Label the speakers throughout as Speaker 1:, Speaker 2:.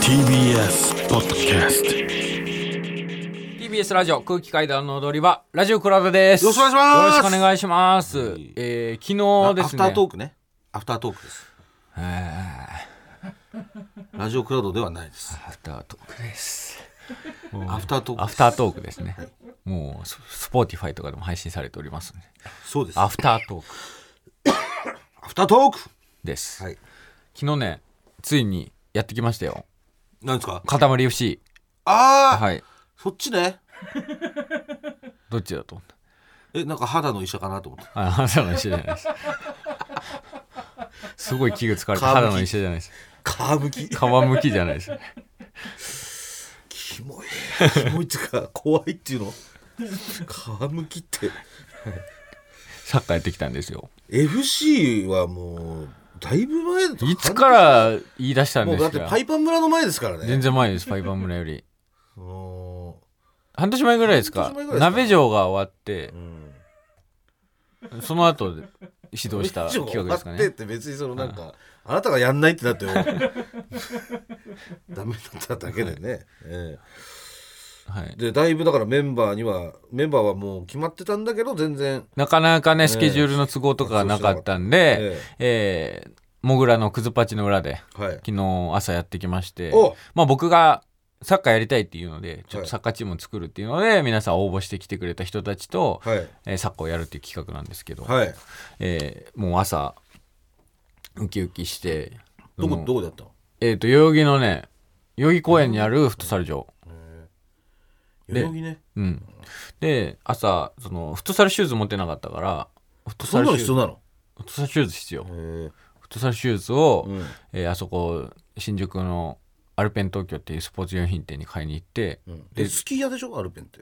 Speaker 1: TBS ポッドキャスト
Speaker 2: TBS ラジオ空気階段の踊り場ラジオクラウドです
Speaker 3: よろしくお願いします
Speaker 2: よろしくお願いします、えー、昨日
Speaker 3: ア
Speaker 2: で
Speaker 3: フ
Speaker 2: す
Speaker 3: タ
Speaker 2: ね
Speaker 3: ートークねアフタートークですラジオクラウドではないです
Speaker 2: アフタートークです
Speaker 3: アフタートー
Speaker 2: ア
Speaker 3: ク
Speaker 2: フタートークですねもうススポーティファイとかでも配信されておりますね
Speaker 3: そうです
Speaker 2: ア
Speaker 3: ア
Speaker 2: フタートーク
Speaker 3: フタートーク
Speaker 2: です、
Speaker 3: はい
Speaker 2: 昨日ねついにやってきましたよ
Speaker 3: なんですか
Speaker 2: 塊 FC
Speaker 3: ああ
Speaker 2: はい
Speaker 3: そっちね
Speaker 2: どっちだと思った
Speaker 3: えなんか肌の医者かなと思って
Speaker 2: あ肌の石じゃないですすごい気が疲れて
Speaker 3: 皮むき
Speaker 2: 肌の石じゃないです
Speaker 3: 皮むき
Speaker 2: 皮むきじゃないです
Speaker 3: キモいキモいっていうか 怖いっていうの皮むきって
Speaker 2: サッカーやってきたんですよ
Speaker 3: FC はもうだいぶ前だと
Speaker 2: いつから言い出したん
Speaker 3: も
Speaker 2: で
Speaker 3: うだ
Speaker 2: す
Speaker 3: って
Speaker 2: か
Speaker 3: パイパン村の前ですからね
Speaker 2: 全然前ですパイパン村より
Speaker 3: うーん
Speaker 2: 半年前ぐらいですか
Speaker 3: 半年前ぐらいですか
Speaker 2: 鍋城が終わって
Speaker 3: うん
Speaker 2: その後指導した
Speaker 3: 以上
Speaker 2: 企画ですか
Speaker 3: 終わってっ
Speaker 2: ね
Speaker 3: て別にそのなんか、あなたがやんないってなってよ ダメだっただけでね、え
Speaker 2: はい
Speaker 3: えでだいぶだからメンバーにはメンバーはもう決まってたんだけど全然
Speaker 2: なかなかねスケジュールの都合とかがなかったんで
Speaker 3: え
Speaker 2: えーモグラのクズパチの裏で
Speaker 3: はい
Speaker 2: 昨日朝やってきまして
Speaker 3: お
Speaker 2: まあ僕がサッカーやりたいっていうのでちょっ
Speaker 3: は
Speaker 2: と
Speaker 3: い
Speaker 2: サッカーチームを作るっていうので皆さん応募してきてくれた人たちと
Speaker 3: はい
Speaker 2: えーサッカーをやるっていう企画なんですけど
Speaker 3: はい
Speaker 2: えーもう朝ウキウキして
Speaker 3: ど
Speaker 2: も
Speaker 3: こ
Speaker 2: う
Speaker 3: どこでやったの
Speaker 2: えっと代々木のね代々木公園にあるフットサル場
Speaker 3: 代々木ね
Speaker 2: うんで朝そのフットサルシューズ持ってなかったからフット
Speaker 3: そ
Speaker 2: サ
Speaker 3: ん
Speaker 2: ル
Speaker 3: な
Speaker 2: シ
Speaker 3: の必
Speaker 2: ューズ
Speaker 3: 要なの
Speaker 2: フットサルシューズ必要フ
Speaker 3: え
Speaker 2: ットサルシューズを、
Speaker 3: えうん
Speaker 2: えーあそこ新宿のアルペン東京っていうスポーツ用品店に買いに行って、
Speaker 3: うん、
Speaker 2: で
Speaker 3: でスキー屋でしょアルペンって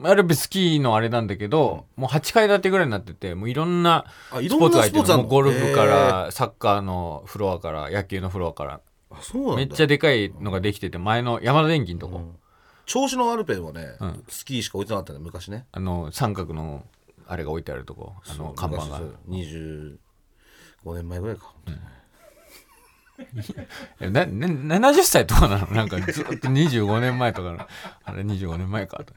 Speaker 2: アルペンスキーのあれなんだけど、もう8階建てぐらいになっててもういろんな
Speaker 3: あい
Speaker 2: ス
Speaker 3: ろ
Speaker 2: ポー
Speaker 3: ん
Speaker 2: ツ
Speaker 3: な
Speaker 2: が入
Speaker 3: スポー
Speaker 2: ってる
Speaker 3: ツあ
Speaker 2: も
Speaker 3: る
Speaker 2: う
Speaker 3: の
Speaker 2: ゴルフか
Speaker 3: へえ
Speaker 2: らサッカーのフロアから野球のフロアから
Speaker 3: あそうなんだ
Speaker 2: めっちゃでかいのができてて前の山田電機のとこ、
Speaker 3: うん調子のアルペンはね、
Speaker 2: うん
Speaker 3: スキーしか置いてなかったね昔ね
Speaker 2: あの三角のあれが置いてあるとこあの看板が
Speaker 3: 二十五年前ぐらいか、
Speaker 2: えなな70歳とかなの なんかずっと25年前とかの あれ25年前かと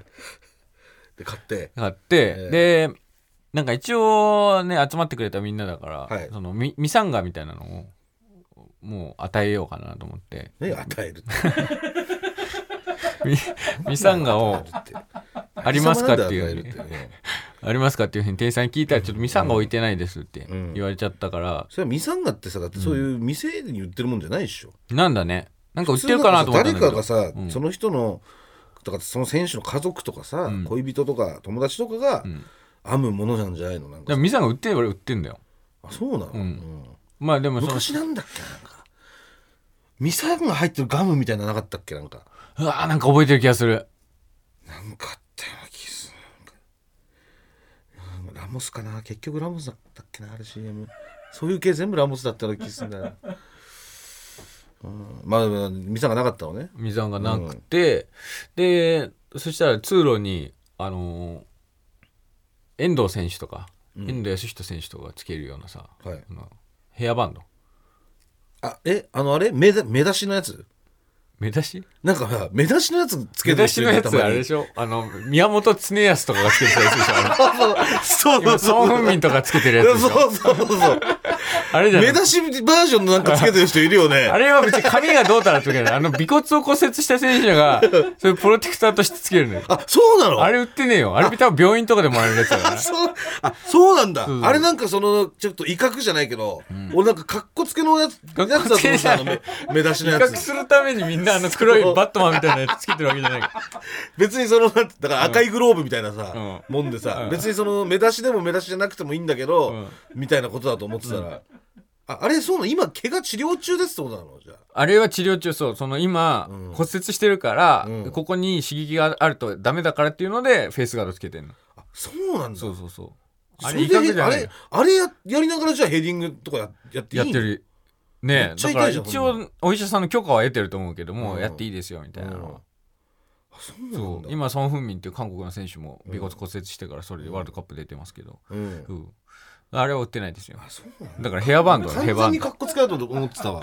Speaker 3: で買って
Speaker 2: 買って、
Speaker 3: え
Speaker 2: でなんか一応ね集まってくれたみんなだから、
Speaker 3: はい
Speaker 2: そのミミサンガみたいなのをもう与えようかなと思って
Speaker 3: ね与えるって
Speaker 2: ミ ミサン ガをあ
Speaker 3: あ
Speaker 2: りますかっていうふうに
Speaker 3: ね
Speaker 2: ありますかっていうふうに店員さんに聞いたらちょっとミサンガ置いてないですって言われちゃったから、
Speaker 3: それはミサンガってさだってそういう店に売ってるもんじゃないでしょ、
Speaker 2: なんだねなんか売ってるかなと思ったんだけど
Speaker 3: 誰かがさ、
Speaker 2: うん
Speaker 3: その人のとかその選手の家族とかさ、
Speaker 2: ん
Speaker 3: 恋人とか友達とかが、
Speaker 2: ん
Speaker 3: 編むものなんじゃないのなん
Speaker 2: で
Speaker 3: か
Speaker 2: もミサンガ売ってる俺売ってんだよ
Speaker 3: あそうなの、
Speaker 2: ん
Speaker 3: うん
Speaker 2: まあでもその
Speaker 3: 昔なんだっけなんかミサンガ入ってるガムみたいなのなかったっけなんか
Speaker 2: うわーなんか覚えてる気がする
Speaker 3: なんかあったような気がするなんかラモスかな結局ラモスだったっけなあれ CM そういう系全部ラモスだったような気がするんだよな、うん、まあまあミサがなかったのね
Speaker 2: 水あんがなくて、でそしたら通路にあのー遠藤選手とか、遠藤康人選手とかつけるようなさ、
Speaker 3: はい
Speaker 2: あのヘアバンド
Speaker 3: あえあのあれ目だ目出しのやつ
Speaker 2: 目出し
Speaker 3: なんかさ目出しのやつつ
Speaker 2: 目
Speaker 3: けて
Speaker 2: 出しのやつあれで
Speaker 3: し
Speaker 2: しょあの宮本常康とかがつけてるやつでしょあの
Speaker 3: そうそ
Speaker 2: 今
Speaker 3: うそう
Speaker 2: 孫文民とかつけてるやつでしょ
Speaker 3: そうそうそうそう
Speaker 2: あれじゃな
Speaker 3: 目
Speaker 2: い
Speaker 3: 出しバージョンのなんかつけてる人いるよね
Speaker 2: あれは別に髪がどうたらってわけじゃないあの尾骨を骨折した選手がそういうプロテクターとしてつけるのよ
Speaker 3: あそうなの
Speaker 2: あれ売ってねえよあれ多分病院とかでもらえるやつだから
Speaker 3: あそうあそうなんだ
Speaker 2: そう
Speaker 3: あれなんかそのちょっと威嚇じゃないけど、俺なんかかっこつけのやつやつ
Speaker 2: か
Speaker 3: だ
Speaker 2: っ
Speaker 3: と
Speaker 2: こ
Speaker 3: 思
Speaker 2: つけ
Speaker 3: っ
Speaker 2: じゃ
Speaker 3: た
Speaker 2: ない
Speaker 3: の目目出しの
Speaker 2: 威
Speaker 3: や
Speaker 2: 嚇
Speaker 3: つ
Speaker 2: するためにみんなあの黒いバットマンみたいなやつつけてるわけじ ゃないから
Speaker 3: 別にそのなんてだから赤いグローブみたいなさ、
Speaker 2: う
Speaker 3: もんでさ、
Speaker 2: うん
Speaker 3: 別にその目出しでも目出しじゃなくてもいいんだけど、
Speaker 2: うん
Speaker 3: みたいなことだと思ってたら、ああれそうなの今怪我治療中ですってことなのじゃあ
Speaker 2: あれは治療中そうその今、
Speaker 3: うん
Speaker 2: 骨折してるから、
Speaker 3: うん
Speaker 2: ここに刺激があるとダメだからっていうのでフェイスガードつけてんの
Speaker 3: あそうなんだ
Speaker 2: そうそうそうあ
Speaker 3: そ
Speaker 2: れ
Speaker 3: れ
Speaker 2: 威嚇
Speaker 3: で
Speaker 2: じゃ
Speaker 3: あ
Speaker 2: ない
Speaker 3: れ
Speaker 2: よ
Speaker 3: あれややりながらじゃあヘディングとかややっていい
Speaker 2: やってるね
Speaker 3: めっ
Speaker 2: え
Speaker 3: ちゃ
Speaker 2: だから
Speaker 3: 痛いじゃん
Speaker 2: 一応お医者さんの許可は得てると思うけども、
Speaker 3: うん
Speaker 2: やっていいですよみた
Speaker 3: み
Speaker 2: い
Speaker 3: た
Speaker 2: ない
Speaker 3: な
Speaker 2: のは、
Speaker 3: あそうな
Speaker 2: そ
Speaker 3: ん
Speaker 2: う
Speaker 3: だ
Speaker 2: 今ソン・フンミンっていう韓国の選手も尾骨骨折してからそれでワールドカップ出てますけど、
Speaker 3: うん
Speaker 2: うんあれは売ってないですよ
Speaker 3: あそうなんだ
Speaker 2: だからヘアバンドヘア
Speaker 3: 完
Speaker 2: バ
Speaker 3: 全
Speaker 2: ン
Speaker 3: に
Speaker 2: ド
Speaker 3: かっこつけようと思ってたわ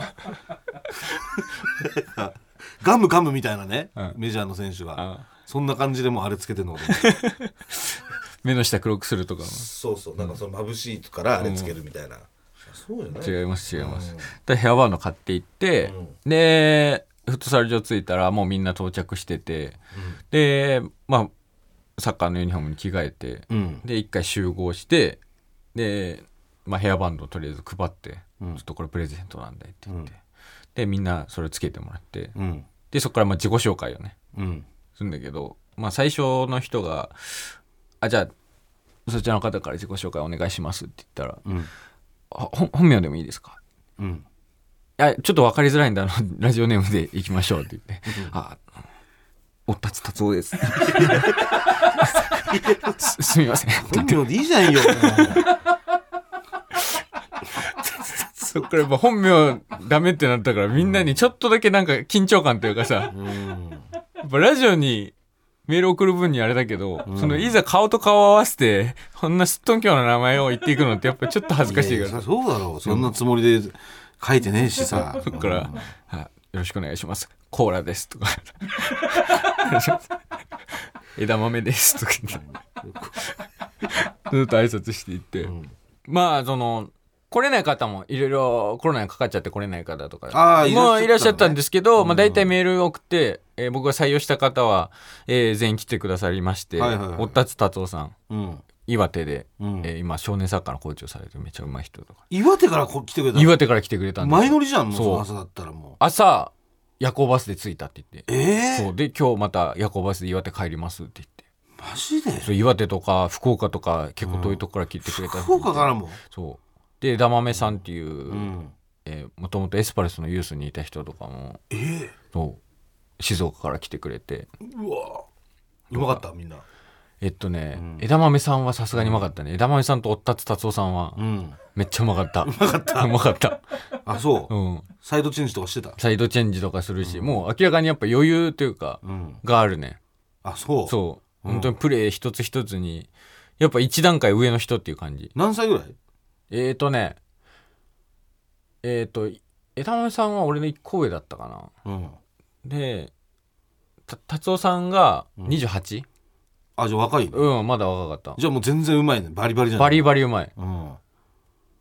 Speaker 3: ガムガムみたいなね、
Speaker 2: うん
Speaker 3: メジャーの選手が、
Speaker 2: あ
Speaker 3: そんな感じでもうあれつけてんのかと思った
Speaker 2: 目の下黒くするとか
Speaker 3: そうそうなんかその眩しいからあれつけるみたいな、そうじゃない
Speaker 2: 違います違います
Speaker 3: うん、
Speaker 2: でヘアバンド買って行って、でフットサル場着いたらもうみんな到着しててでまあサッカーのユニフォームに着替えて、
Speaker 3: うん
Speaker 2: で一回集合してで、まあ、ヘアバンドをとりあえず配って、
Speaker 3: うん
Speaker 2: ちょっとこれプレゼントなんだよって言って、
Speaker 3: うん
Speaker 2: でみんなそれつけてもらって、
Speaker 3: うん
Speaker 2: でそこからまあ自己紹介をね
Speaker 3: うん
Speaker 2: するんだけど、まあ、最初の人が「あじゃあそちらの方から自己紹介お願いします」って言ったら
Speaker 3: うん
Speaker 2: 「あほん本名でもいいですか?」
Speaker 3: うん
Speaker 2: いやちょっと分かりづらいんだあの ラジオネームでいきましょうって言って「あおったつ達夫です」すすみませんって
Speaker 3: 本
Speaker 2: 言って
Speaker 3: 名でいいじゃんよ
Speaker 2: そっからやっぱ本名ダメってなったからみんなにちょっとだけなんか緊張感というかさ
Speaker 3: うん
Speaker 2: やっぱラジオにメール送る分にあれだけど、そのいざ顔と顔を合わせてこんなすっとんきょうな名前を言っていくのってやっぱちょっと 恥ずかしい
Speaker 3: い
Speaker 2: か
Speaker 3: や
Speaker 2: ら
Speaker 3: そそうだろうそんなつもりで書いてねえし さ
Speaker 2: そっから、はいよろしくお願いします。コーラですとか。枝豆ですとか言って。ずっと挨拶していって。
Speaker 3: ん
Speaker 2: まあ、その、来れない方もいろいろコロナにかかっちゃって来れない方とか
Speaker 3: ああ
Speaker 2: もう
Speaker 3: い
Speaker 2: い
Speaker 3: ら
Speaker 2: ら
Speaker 3: っ
Speaker 2: っ
Speaker 3: し
Speaker 2: し
Speaker 3: ゃ
Speaker 2: ゃ
Speaker 3: っ
Speaker 2: ったた
Speaker 3: んだね
Speaker 2: んですけど、まあ大体メールを送って、えー僕が採用した方は、えー全員来てくださりまして、
Speaker 3: はいはいはい
Speaker 2: おったつ達夫さん、
Speaker 3: うん
Speaker 2: 岩手で、
Speaker 3: うん
Speaker 2: えー今少年サッカーのコーチをされてるめちゃうまい人とか、
Speaker 3: 岩手からこ来てくれたの
Speaker 2: 岩手から来てくれたんですよ
Speaker 3: 前乗りじゃんもう
Speaker 2: そう
Speaker 3: その朝だったらも
Speaker 2: 朝夜行バスで着いたって言っ
Speaker 3: う
Speaker 2: て
Speaker 3: ええ
Speaker 2: そうで今日また夜行バスで岩手帰りますって言って
Speaker 3: マジで
Speaker 2: そう岩手とか福岡とか結構遠いとこから聞いてくれた、
Speaker 3: 福岡からも
Speaker 2: そうで枝豆さんっていううんえーもともとエスパルスのユースにいた人とかも
Speaker 3: ええ
Speaker 2: そう静岡から来てくれて
Speaker 3: うわうまかったみんな
Speaker 2: えっとね、
Speaker 3: ん
Speaker 2: 枝豆さんはさすがにうまかったね枝豆さんとおったつ達夫さんは
Speaker 3: うん
Speaker 2: めっちゃうまかったうまかった うまかった
Speaker 3: あそう、
Speaker 2: うん
Speaker 3: サイドチェンジとかしてた
Speaker 2: サイドチェンジとかするし、もう明らかにやっぱ余裕というか、
Speaker 3: うん
Speaker 2: があるね
Speaker 3: あそう
Speaker 2: そう、本当にプレー一つ一つにやっぱ一段階上の人っていう感じ
Speaker 3: 何歳ぐらい
Speaker 2: えーとねえーと枝豆さんは俺の一個上だったかな
Speaker 3: うん
Speaker 2: でた達夫さんが 28?
Speaker 3: あじゃあ若いね
Speaker 2: うん、まだ若かっ
Speaker 3: じゃあもう全然うまいねバリバリじ
Speaker 2: た
Speaker 3: ゃん
Speaker 2: バリバリうまい
Speaker 3: うん
Speaker 2: も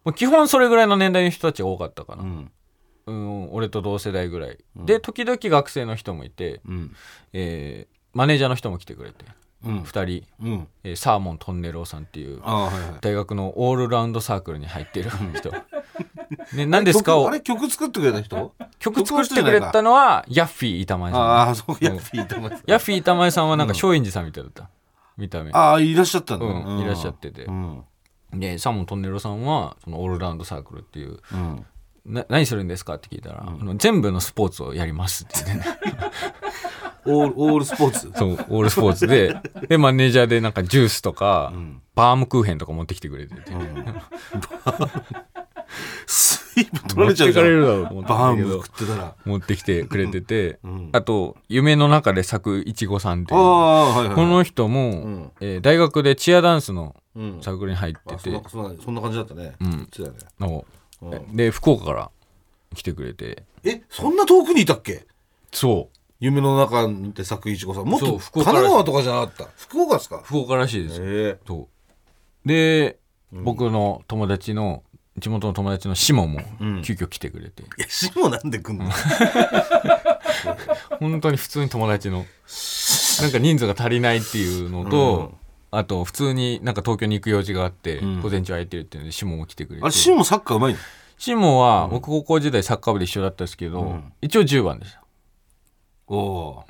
Speaker 2: う基本それぐらいの年代の人たちが多かったか
Speaker 3: う
Speaker 2: な、
Speaker 3: ん
Speaker 2: うん、俺と同世代ぐらい、で時々学生の人もいて、
Speaker 3: うん
Speaker 2: えーマネージャーの人も来てくれて
Speaker 3: うん
Speaker 2: 2人、
Speaker 3: うん
Speaker 2: えーサーモントンネルオさんっていう
Speaker 3: あはいはい
Speaker 2: 大学のオールラウンドサークルに入ってる 人。ね、何ですか
Speaker 3: 曲
Speaker 2: を
Speaker 3: あれ曲作ってくれた人
Speaker 2: 曲作ってくれたのはヤッフィー板前さん。
Speaker 3: ああそうヤッフィーと思って
Speaker 2: ヤッフィー板前さんはなんか松陰寺さんみたいだった。見た目。
Speaker 3: ああいらっしゃったんだ
Speaker 2: うんいらっしゃってて
Speaker 3: うん
Speaker 2: で、サモントンネルさんはそのオールラウンドサークルっていう、
Speaker 3: うん
Speaker 2: な何するんですかって聞いたら、あの全部のスポーツをやりますって言ってね。
Speaker 3: オールオールスポーツ
Speaker 2: そう、オールスポーツで。で、マネージャーでなんかジュースとか、
Speaker 3: ん
Speaker 2: バームクーヘンとか持ってきてくれてて。
Speaker 3: 水分取られちゃうじゃ
Speaker 2: 持ってかれ
Speaker 3: ん
Speaker 2: るだろうと思った
Speaker 3: バー
Speaker 2: んだけ
Speaker 3: ム
Speaker 2: ど
Speaker 3: 食ってたら
Speaker 2: 持ってきてくれてて、
Speaker 3: ん
Speaker 2: あと「夢の中で咲くいちごさん」って
Speaker 3: あ
Speaker 2: いうこ
Speaker 3: あはいはい
Speaker 2: の人も、
Speaker 3: ん
Speaker 2: えー大学でチアダンスの
Speaker 3: うん
Speaker 2: サークルに入って
Speaker 3: あ
Speaker 2: て
Speaker 3: そんなそんなそんな感じだったねうんそうだね
Speaker 2: の
Speaker 3: うん
Speaker 2: で福岡から来てくれて
Speaker 3: えそんな遠くにいたっけ
Speaker 2: そう
Speaker 3: 夢の中で咲くいちごさんもっ
Speaker 2: そ
Speaker 3: と
Speaker 2: う福
Speaker 3: 神
Speaker 2: 岡
Speaker 3: 奈川とかじゃなかった福岡ですか
Speaker 2: 福岡らしいです、
Speaker 3: え
Speaker 2: そうで、僕の友達の地元の友達のシモンも
Speaker 3: うん
Speaker 2: 急遽来てくれて、
Speaker 3: えシモなんで来んの
Speaker 2: 本当に普通に 友達のなんか人数が足りないっていうのと、あと普通になんか東京に行く用事があって、
Speaker 3: ん
Speaker 2: 午前中空いてるっていうのでシモンも来てくれて
Speaker 3: あれシモサッカーうまいの
Speaker 2: シモは僕高校時代サッカー部で一緒だったんですけど、
Speaker 3: ん
Speaker 2: 一応10番でした
Speaker 3: おお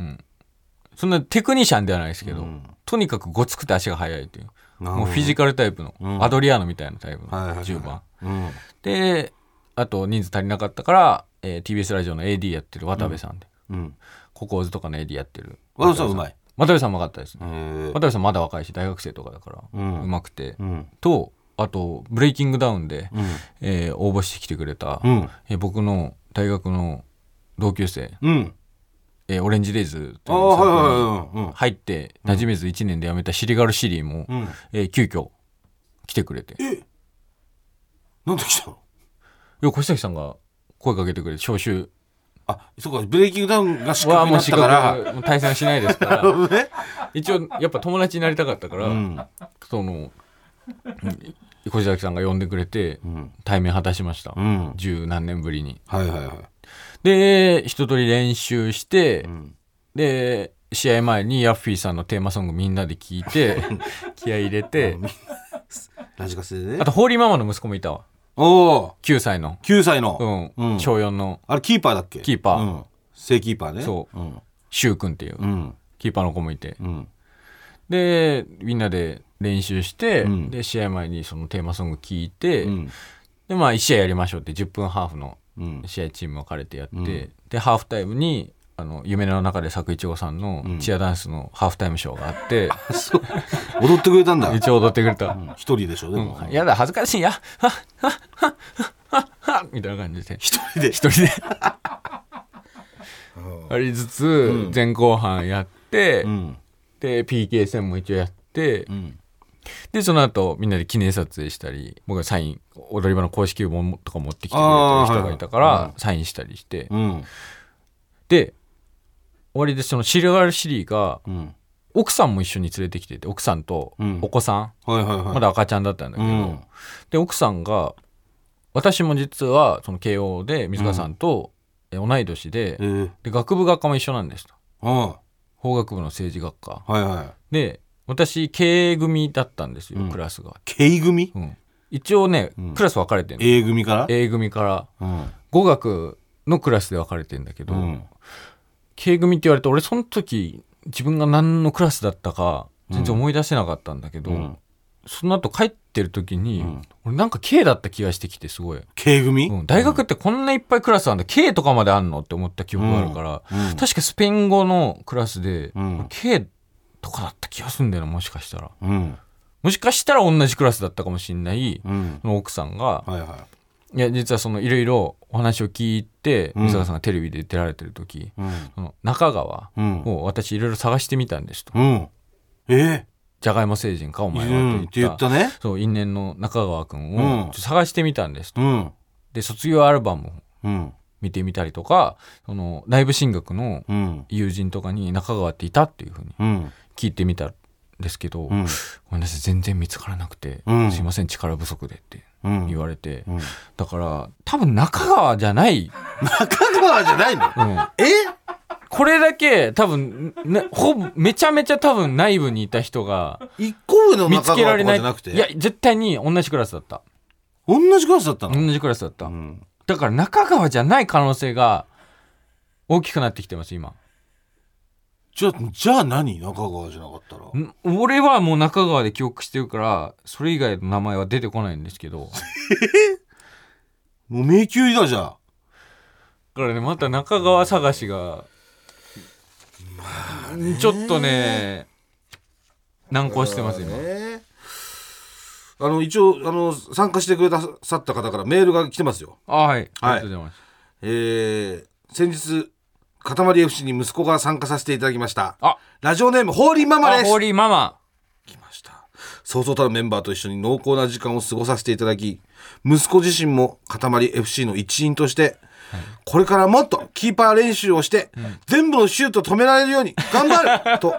Speaker 2: そんなテクニシャンではないですけど、
Speaker 3: うん
Speaker 2: とにかくごつくて足が速いという
Speaker 3: なるほど
Speaker 2: もうフィジカルタイプの、
Speaker 3: ん
Speaker 2: アドリアーノみたいなタイプの
Speaker 3: はいはいはい
Speaker 2: 10番、
Speaker 3: うん
Speaker 2: であと人数足りなかったから、えー TBS ラジオの AD やってる渡部さんで、
Speaker 3: うん
Speaker 2: ココーズとかの AD やってる
Speaker 3: 和田さんうまい
Speaker 2: 渡部さんも分かったですね、
Speaker 3: え
Speaker 2: 渡部さんまだ若いし大学生とかだから、うんまくて、
Speaker 3: うん
Speaker 2: とあとブレイキングダウンで、
Speaker 3: うん
Speaker 2: えー応募してきてくれた、
Speaker 3: うん
Speaker 2: えー僕の大学の同級生、
Speaker 3: うん
Speaker 2: えーオレンジレイズと
Speaker 3: あ
Speaker 2: い
Speaker 3: あ
Speaker 2: う
Speaker 3: はい
Speaker 2: サークル
Speaker 3: はい
Speaker 2: に
Speaker 3: はい
Speaker 2: 入って馴染めず1年で辞めたシリガルシリーも、
Speaker 3: うんうん
Speaker 2: えー急遽来てくれて
Speaker 3: えなんで来たの
Speaker 2: よ越崎さんが声かけてくれて招集
Speaker 3: あそうかブレイキングダウンが失
Speaker 2: は
Speaker 3: 格にな
Speaker 2: も
Speaker 3: った
Speaker 2: う資
Speaker 3: から
Speaker 2: 格もう対戦しないで すから
Speaker 3: そうね
Speaker 2: 一応やっぱ友達になりたかったから、
Speaker 3: うん
Speaker 2: そのうん小崎さんが呼んでくれて
Speaker 3: うん
Speaker 2: 対面果たしました、
Speaker 3: うん
Speaker 2: 十何年ぶりに
Speaker 3: はいはいはい
Speaker 2: で一通り練習して、
Speaker 3: ん
Speaker 2: で試合前にヤッフィーさんのテーマソングみんなで聞 いて気合い入れて
Speaker 3: ラジカセでね
Speaker 2: あとホーリーママの息子もいたわ
Speaker 3: おお
Speaker 2: 9歳の、
Speaker 3: 9歳の、
Speaker 2: う
Speaker 3: う
Speaker 2: ん
Speaker 3: ん
Speaker 2: 小4の
Speaker 3: あれキーパーだっけ
Speaker 2: キーパー
Speaker 3: うん、正キーパーね、
Speaker 2: そう
Speaker 3: うん
Speaker 2: シュウ君っていう
Speaker 3: うん
Speaker 2: キーパーの子もいて
Speaker 3: うん、
Speaker 2: でみんなで練習して、
Speaker 3: うん
Speaker 2: で試合前にそのテーマソング聞いて、
Speaker 3: うん
Speaker 2: でまあ1試合やりましょうって10分ハーフの
Speaker 3: うん
Speaker 2: 試合チーム分かれてやって、
Speaker 3: うん
Speaker 2: でハーフタイムにあの夢の中で作一郎さんの
Speaker 3: うん
Speaker 2: チアダンスのハーフタイムショーがあって、
Speaker 3: そう踊ってくれたんだ
Speaker 2: 一応踊ってくれた、
Speaker 3: うん一人でしょでも、
Speaker 2: うんやだ恥ずかしいやはっはっはっはっはみたいな感じで
Speaker 3: 一人で
Speaker 2: 一人でありつつ
Speaker 3: ん
Speaker 2: 前後半やって、
Speaker 3: うん
Speaker 2: で PK 戦も一応やって、
Speaker 3: うん
Speaker 2: でその後みんなで記念撮影したり僕がサイン踊り場の公式本とか持ってきてくれてる
Speaker 3: あー
Speaker 2: 人がいたか
Speaker 3: はいは
Speaker 2: ら
Speaker 3: い
Speaker 2: サインしたりして、
Speaker 3: うん
Speaker 2: で終わりでそのシリアルシリーが
Speaker 3: うん
Speaker 2: 奥さんも一緒に連れてきてて奥さんと
Speaker 3: うん
Speaker 2: お子さん、
Speaker 3: はいはいはい
Speaker 2: まだ赤ちゃんだったんだ
Speaker 3: う
Speaker 2: けど、
Speaker 3: ん
Speaker 2: で奥さんが私も実はその慶応で水川さんとえ同い年で,、
Speaker 3: えー、
Speaker 2: で学部学科も一緒なんですと
Speaker 3: あ
Speaker 2: 法学部の政治学科
Speaker 3: あはいはい
Speaker 2: で私経営組だったんですよ、
Speaker 3: うん
Speaker 2: クラスが、
Speaker 3: K 組
Speaker 2: うん、一応ね、
Speaker 3: うん
Speaker 2: クラス分かれてる
Speaker 3: A 組から
Speaker 2: A 組から
Speaker 3: うん
Speaker 2: 語学のクラスで分かれてんだけ
Speaker 3: う
Speaker 2: ど、
Speaker 3: ん
Speaker 2: K 組って言われて俺その時自分が何のクラスだったか全然思い出せなかったんだけど、
Speaker 3: うん
Speaker 2: その後帰ってる時に、
Speaker 3: うん
Speaker 2: 俺なんか K だった気がしてきてすごい、
Speaker 3: K 組、
Speaker 2: うん大学ってこんないっぱいクラスあるんだ K とかまであんのって思った記憶があるから、
Speaker 3: うん
Speaker 2: 確かスペイン語のクラスで、
Speaker 3: うん
Speaker 2: 俺 K とかだった気がするんだよなもしかしたら
Speaker 3: うん
Speaker 2: もしかしたら同じクラスだったかもしんない、
Speaker 3: うん
Speaker 2: その奥さん
Speaker 3: は
Speaker 2: が、
Speaker 3: いはい
Speaker 2: や実はそのいろいろお話を聞いて
Speaker 3: うん
Speaker 2: 水川さんがテレビで出られてる時、
Speaker 3: いうん
Speaker 2: その中川
Speaker 3: うん
Speaker 2: を私いろいろ探してみたんですと
Speaker 3: うんえ
Speaker 2: 「じゃがいも星人かお
Speaker 3: ー、
Speaker 2: 前
Speaker 3: うん
Speaker 2: は」
Speaker 3: っ
Speaker 2: と
Speaker 3: て
Speaker 2: 言
Speaker 3: 言
Speaker 2: っ
Speaker 3: ったたね
Speaker 2: そう因縁の中川君
Speaker 3: うん
Speaker 2: をちょっと探してみたんですと、
Speaker 3: うん
Speaker 2: で卒業アルバムを
Speaker 3: うん
Speaker 2: 見てみたりとかそのライブ進学の
Speaker 3: うん
Speaker 2: 友人とかに中川っていたっていうふうに
Speaker 3: うん
Speaker 2: 聞いてみたんですけど、
Speaker 3: うん
Speaker 2: ごめんなさい全然見つからなくて、
Speaker 3: うん
Speaker 2: すいません力不足でって
Speaker 3: うん
Speaker 2: 言われて、
Speaker 3: うん
Speaker 2: だから多分中川じゃない、
Speaker 3: 中川じゃないの
Speaker 2: うん、
Speaker 3: え
Speaker 2: これだけ多分ねほぼめちゃめちゃ多分内部にいた人が
Speaker 3: 一個上の
Speaker 2: 見つ
Speaker 3: 中
Speaker 2: けら
Speaker 3: 川
Speaker 2: れ
Speaker 3: とか
Speaker 2: ない
Speaker 3: じゃなくて
Speaker 2: いや絶対に同じクラスだった
Speaker 3: 同じクラスだったの、
Speaker 2: 同じクラスだった、
Speaker 3: ん
Speaker 2: だから中川じゃない可能性が大きくなってきてます今
Speaker 3: じゃじゃあ何中川じゃなかったら
Speaker 2: ん俺はもう中川で記憶してるからそれ以外の名前は出てこないんですけどだ
Speaker 3: もう迷宮入りだじゃあ
Speaker 2: からねまた中川探しが、ちょっとね難航してます今
Speaker 3: ねあの一応あの参加してくださった方からメールが来てますよ
Speaker 2: あはいありがとうございます、
Speaker 3: えー、先日塊 FC に息子が参加させていただきました
Speaker 2: あ
Speaker 3: ラジオネームホーリーママ
Speaker 2: あ
Speaker 3: です
Speaker 2: ホーリーママ
Speaker 3: 来ましたそうそうたるメンバーと一緒に濃厚な時間を過ごさせていただき息子自身も塊 FC の一員として、これからもっとキーパー練習をして、全部のシュート止められるように頑張ると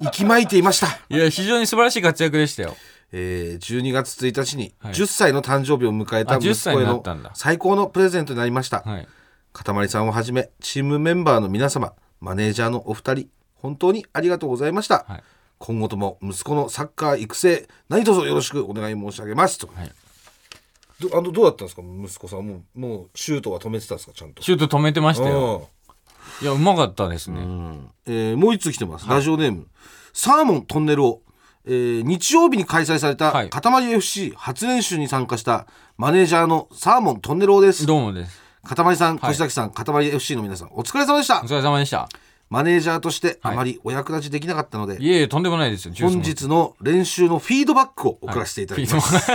Speaker 3: 息巻いていました、
Speaker 2: いや非常に素晴らしい活躍でしたよ
Speaker 3: えー12月1日に
Speaker 2: はい
Speaker 3: 10歳の誕生日を迎えた
Speaker 2: あ
Speaker 3: 息子
Speaker 2: 10歳
Speaker 3: へ
Speaker 2: にな
Speaker 3: の
Speaker 2: ったんだ
Speaker 3: 最高のプレゼントになりました、
Speaker 2: はい
Speaker 3: かたまりさんをはじめチームメンバーの皆様マネージャーのお二人本当にありがとうございました、
Speaker 2: はい
Speaker 3: 今後とも息子のサッカー育成何卒よろしくお願い申し上げますと、
Speaker 2: い
Speaker 3: どあのどうだったんですか息子さんもうもうシュートは止めてたんですかちゃんと
Speaker 2: シュート止めてましたよ
Speaker 3: うん
Speaker 2: いやうまかったですね、
Speaker 3: えーもう一つ来てます、ラジオネームサーモントンネルを、えー日曜日に開催され
Speaker 2: は
Speaker 3: た
Speaker 2: い
Speaker 3: 塊 FC 初練習に参加したマネージャーのサーモントンネルをです
Speaker 2: どうもです
Speaker 3: 塊さん
Speaker 2: はい
Speaker 3: 越崎さん、塊 FC の皆さんお疲れ様でした
Speaker 2: お疲れ様でした
Speaker 3: マネージャーとしてあまりお役立ちできなかったので、
Speaker 2: いえいえとんでもないですよジュース
Speaker 3: 本
Speaker 2: も
Speaker 3: 日の練習のフィードバックを送らせていただきます、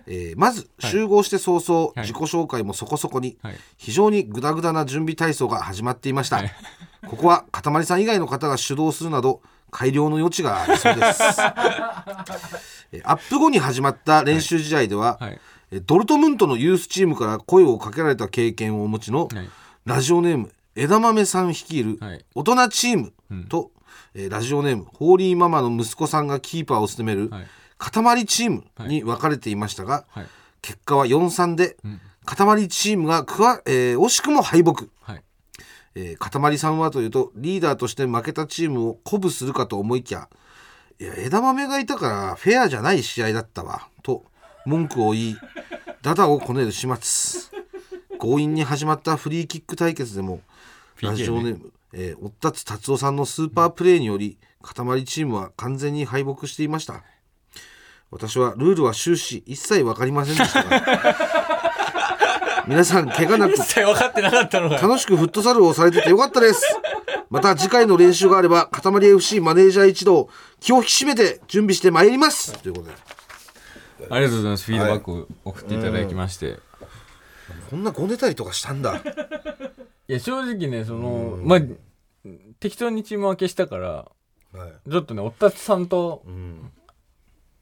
Speaker 3: えーまず集合して早々、
Speaker 2: い
Speaker 3: 自己紹介もそこそこに、
Speaker 2: はい
Speaker 3: 非常にグダグダな準備体操が始まっていました、ここは塊さん以外の方が主導するなど改良の余地がありそうです えーアップ後に始まった練習試合では、
Speaker 2: はい
Speaker 3: えードルトムントのユースチームから声をかけられた経験をお持ちの、
Speaker 2: はい
Speaker 3: ラジオネーム枝豆さん率いる
Speaker 2: はい
Speaker 3: 大人チームと、えーラジオネームホーリーママの息子さんがキーパーを務める、
Speaker 2: はい
Speaker 3: 塊チームに分かれていましたが、
Speaker 2: はい
Speaker 3: 結果は4-3で、塊チームがくわ、えー惜しくも敗北。
Speaker 2: はい
Speaker 3: えー、塊さんはというとリーダーとして負けたチームを鼓舞するかと思いきや「いや枝豆がいたからフェアじゃない試合だったわ」と文句を言いダダをこねる始末強引に始まったフリーキック対決でも
Speaker 2: PK ね
Speaker 3: ラジオネーム、えー、おったつ達夫さんのスーパープレーにより塊チームは完全に敗北していました私はルールは終始一切分かりませんでしたが皆さん怪我なく
Speaker 2: 一切分かってなかったのが
Speaker 3: 楽しくフットサルをされててよかったです。また次回の練習があれば、塊 FC マネージャー一同、気を引き締めて準備してまいります。ということで、
Speaker 2: ありがとうございますフィードバックを送っていただきまして、
Speaker 3: こんなごねたりとかしたんだ。
Speaker 2: いや正直ねそのまあ適当にチーム分けしたからちょっとねおったつさんと
Speaker 3: うん、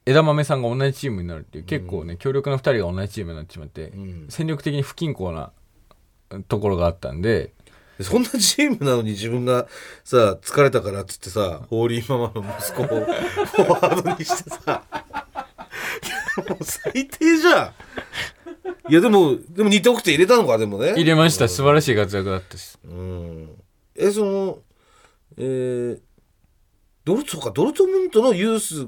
Speaker 2: 枝豆さんが同じチームになるっていう結構ね強力な2人が同じチームになってしまって、
Speaker 3: ん
Speaker 2: 戦力的に不均衡なところがあったんで
Speaker 3: そんなチームなのに自分がさ、疲れたからっつってさ、ホーリーママの息子をフォワードにしてさ、 もう最低じゃん。いやでも、でも2得点入れたのか、でもね。
Speaker 2: 入れました素晴らしい活躍だったし
Speaker 3: うんえそのえードルそうかドルトムントのユース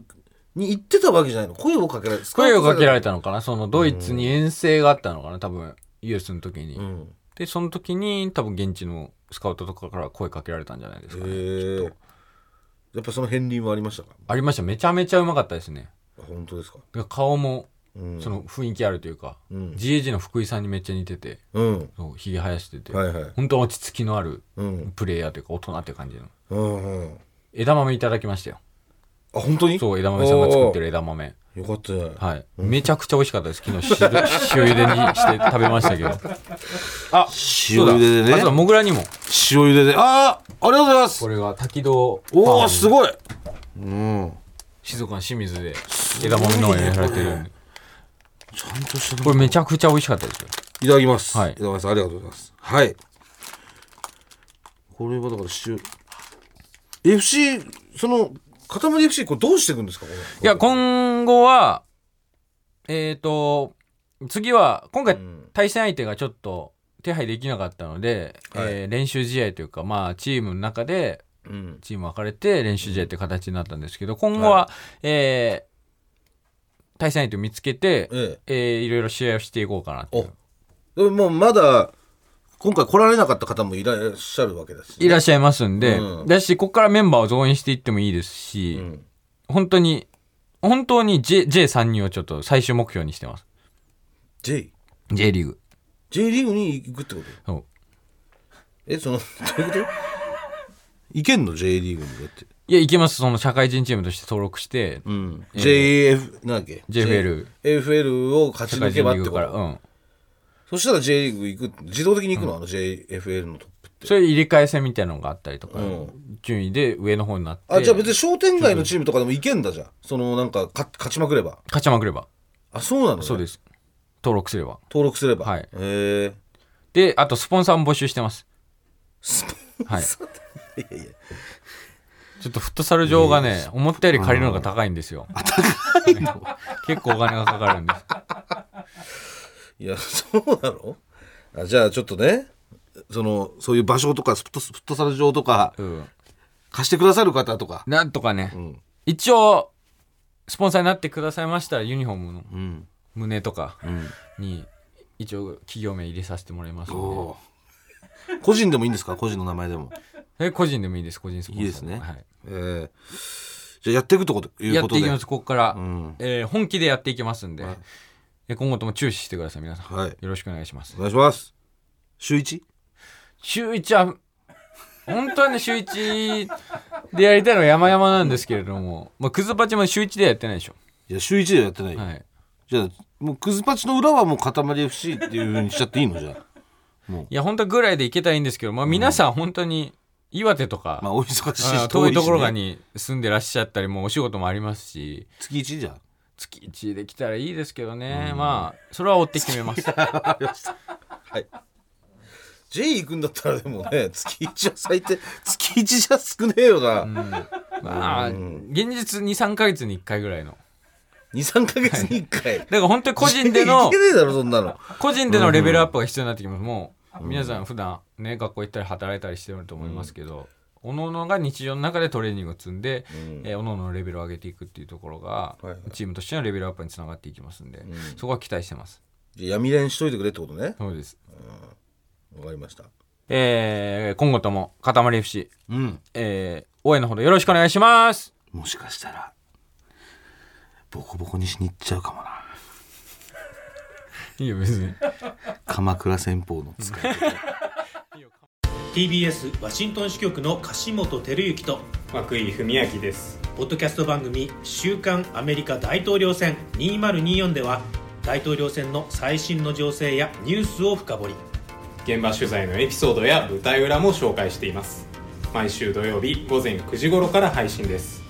Speaker 3: に行ってたわけじゃないの声をかけられ
Speaker 2: 声をかけられ
Speaker 3: て
Speaker 2: たのかなそのドイツに遠征があったのかな多分ユースの時に、
Speaker 3: うん
Speaker 2: でその時に多分現地のスカウトとかから声かけられたんじゃないです
Speaker 3: え
Speaker 2: かね、
Speaker 3: ー、やっぱその片鱗はありましたか
Speaker 2: ありましためちゃめちゃうまかったですね
Speaker 3: 本当ですか
Speaker 2: で顔も
Speaker 3: うん
Speaker 2: その雰囲気あるというか、
Speaker 3: うん
Speaker 2: GAG の福井さんにめっちゃ似てて
Speaker 3: うん
Speaker 2: そうひげ生やしてて、
Speaker 3: はいはい
Speaker 2: 本当落ち着きのある
Speaker 3: うん
Speaker 2: プレイヤーというか大人っていう感じの
Speaker 3: うんうん
Speaker 2: 枝豆いただきましたよ
Speaker 3: あ本当に
Speaker 2: そう枝豆さんが作ってる枝豆
Speaker 3: おーよかったよ
Speaker 2: はいめちゃくちゃ美味しかったです昨日汁塩茹でにして食べましたけど
Speaker 3: 塩
Speaker 2: あ
Speaker 3: 茹でで
Speaker 2: そうだあ
Speaker 3: ね
Speaker 2: とはモグラにも
Speaker 3: 塩茹でであーありがとうございます
Speaker 2: これが滝戸
Speaker 3: お
Speaker 2: ファー
Speaker 3: お
Speaker 2: ム
Speaker 3: すごいうん
Speaker 2: 静岡の清水で枝豆農園やられてるんで
Speaker 3: ちゃんとしたの
Speaker 2: これめちゃくちゃ美味しかったですよ
Speaker 3: いただきます。
Speaker 2: はい
Speaker 3: いただきます。ありがとうございます。はい。これはだから、しゅ、FC、その、塊 FC、これどうしていくんですかこれ
Speaker 2: いや今後はえっと次は今回
Speaker 3: うん
Speaker 2: 対戦相手がちょっと手配できなかったので、
Speaker 3: はい
Speaker 2: えー練習試合というか、まあ、チームの中で
Speaker 3: うん。
Speaker 2: チーム分かれて練習試合って形になったんですけど今後は、えー対戦相手を見つけて、
Speaker 3: え
Speaker 2: えーいろいろ試合をしていこうかなってい
Speaker 3: お
Speaker 2: う。
Speaker 3: でももうまだ、今回来られなかった方もいらっしゃるわけです、
Speaker 2: いらっしゃいますんで、
Speaker 3: うん
Speaker 2: だしここからメンバーを増員していってもいいですし、
Speaker 3: ん
Speaker 2: 本当に本当に J J3 人をちょっと最終目標にしてます
Speaker 3: J。
Speaker 2: J リーグ
Speaker 3: J リーグに行くってこと
Speaker 2: そう
Speaker 3: え、その、どういうこと行けんの ?J リーグにだって。
Speaker 2: いや行きますその社会人チームとして登録して、
Speaker 3: うん。JF、なんだっけ
Speaker 2: JFL。
Speaker 3: FL を勝ち
Speaker 2: 社
Speaker 3: 抜け
Speaker 2: 会人
Speaker 3: ばっ
Speaker 2: リー
Speaker 3: てこ
Speaker 2: グから、
Speaker 3: と。
Speaker 2: うん、
Speaker 3: そしたら J リーグ行く、自動的に行くの、あの JFL のトップって。
Speaker 2: そういう入れ替え戦みたいなのがあったりとか、
Speaker 3: うん
Speaker 2: 順位で上の方になって
Speaker 3: あじゃあ別に商店街のチームとかでもいけんだじゃんそのなんかか勝ちまくれば
Speaker 2: 勝ちまくれば
Speaker 3: あそうなの、ね、
Speaker 2: そうですす登録すれば
Speaker 3: 登録すれば
Speaker 2: はい
Speaker 3: へえ
Speaker 2: であとスポンサーも募集してます
Speaker 3: スポン
Speaker 2: はい
Speaker 3: サーって、い、やいや
Speaker 2: ちょっとフットサル場がね思ったより借りるのが高いんですよ高いの 結構お金がかかるん です
Speaker 3: いや そうなのあじゃあちょっとねそのそういう場所とかフットフットサル場とか
Speaker 2: うん
Speaker 3: 貸してくださる方とか
Speaker 2: なんとかね、
Speaker 3: ん
Speaker 2: 一応スポンサーになってくださいましたらユニフォームの
Speaker 3: うん
Speaker 2: 胸とか
Speaker 3: うん
Speaker 2: に一応企業名入れさせてもらいます
Speaker 3: お
Speaker 2: の
Speaker 3: ー個人でもいいんですか個人の名前でも
Speaker 2: でえ個人でもいいです個人スポンサー
Speaker 3: いいですね
Speaker 2: はい、
Speaker 3: えー、じゃあやっていくとこという
Speaker 2: や
Speaker 3: こ
Speaker 2: っ
Speaker 3: と
Speaker 2: て
Speaker 3: で
Speaker 2: いきますここから、
Speaker 3: うん
Speaker 2: えー本気でやっていきますんで、
Speaker 3: はい
Speaker 2: え今後とも注視してください皆さん、
Speaker 3: はい
Speaker 2: よろしくお願いします
Speaker 3: お願いします週一
Speaker 2: 週一は本当はね週一でやりたいのは山々なんですけれども、まあ、クズパチも週一ではやってないでしょ、
Speaker 3: いや週一ではやってないよ
Speaker 2: はい、
Speaker 3: じゃあもうクズパチの裏はもう塊 FC っていうふうにしちゃっていいのじゃ あ
Speaker 2: いや本当はぐらいでいけたらいいんですけど、まあ、皆さん本当に岩手とか、
Speaker 3: まあお忙しいし、
Speaker 2: あ遠い
Speaker 3: しね
Speaker 2: ところがに住んでらっしゃったりもうお仕事もありますし
Speaker 3: 月一じゃん
Speaker 2: 月一できたらい いですけどねまあそれは追って決めます
Speaker 3: わかりましたはい J 行くんだったらでも ね月1は最低月1じゃ少ねえよな、
Speaker 2: まあ、現実23ヶ月に1回ぐらいの
Speaker 3: 23か月に1回、
Speaker 2: だから本当に個人で
Speaker 3: い
Speaker 2: の
Speaker 3: けねえだろそんなの
Speaker 2: 個人でのレベルアップが必要になってきます、もう皆さん普段ね学校行ったり働いたりしてると思いますけど、おのおのが日常の中でトレーニングを積んで、えーおのおののレベルを上げていくっていうところが、
Speaker 3: いはい
Speaker 2: チームとしてのレベルアップにつながっていきますんで、そこは期待してます
Speaker 3: じゃあ闇練しといてくれってことね
Speaker 2: そうです、
Speaker 3: わかりました
Speaker 2: えー今後とも塊 FC、
Speaker 3: うん
Speaker 2: えー応援のほどよろしくお願いします
Speaker 3: もしかしたらボコボコにしに行っちゃうかもない
Speaker 2: いよ別に
Speaker 3: 鎌倉戦法の使い
Speaker 4: TBS ワシントン支局の樫本照之と
Speaker 5: 涌井文明です
Speaker 4: ポッドキャスト番組「週刊アメリカ大統領選2024」では大統領選の最新の情勢やニュースを深掘り
Speaker 5: 現場取材のエピソードや舞台裏も紹介しています毎週土曜日午前9時頃から配信です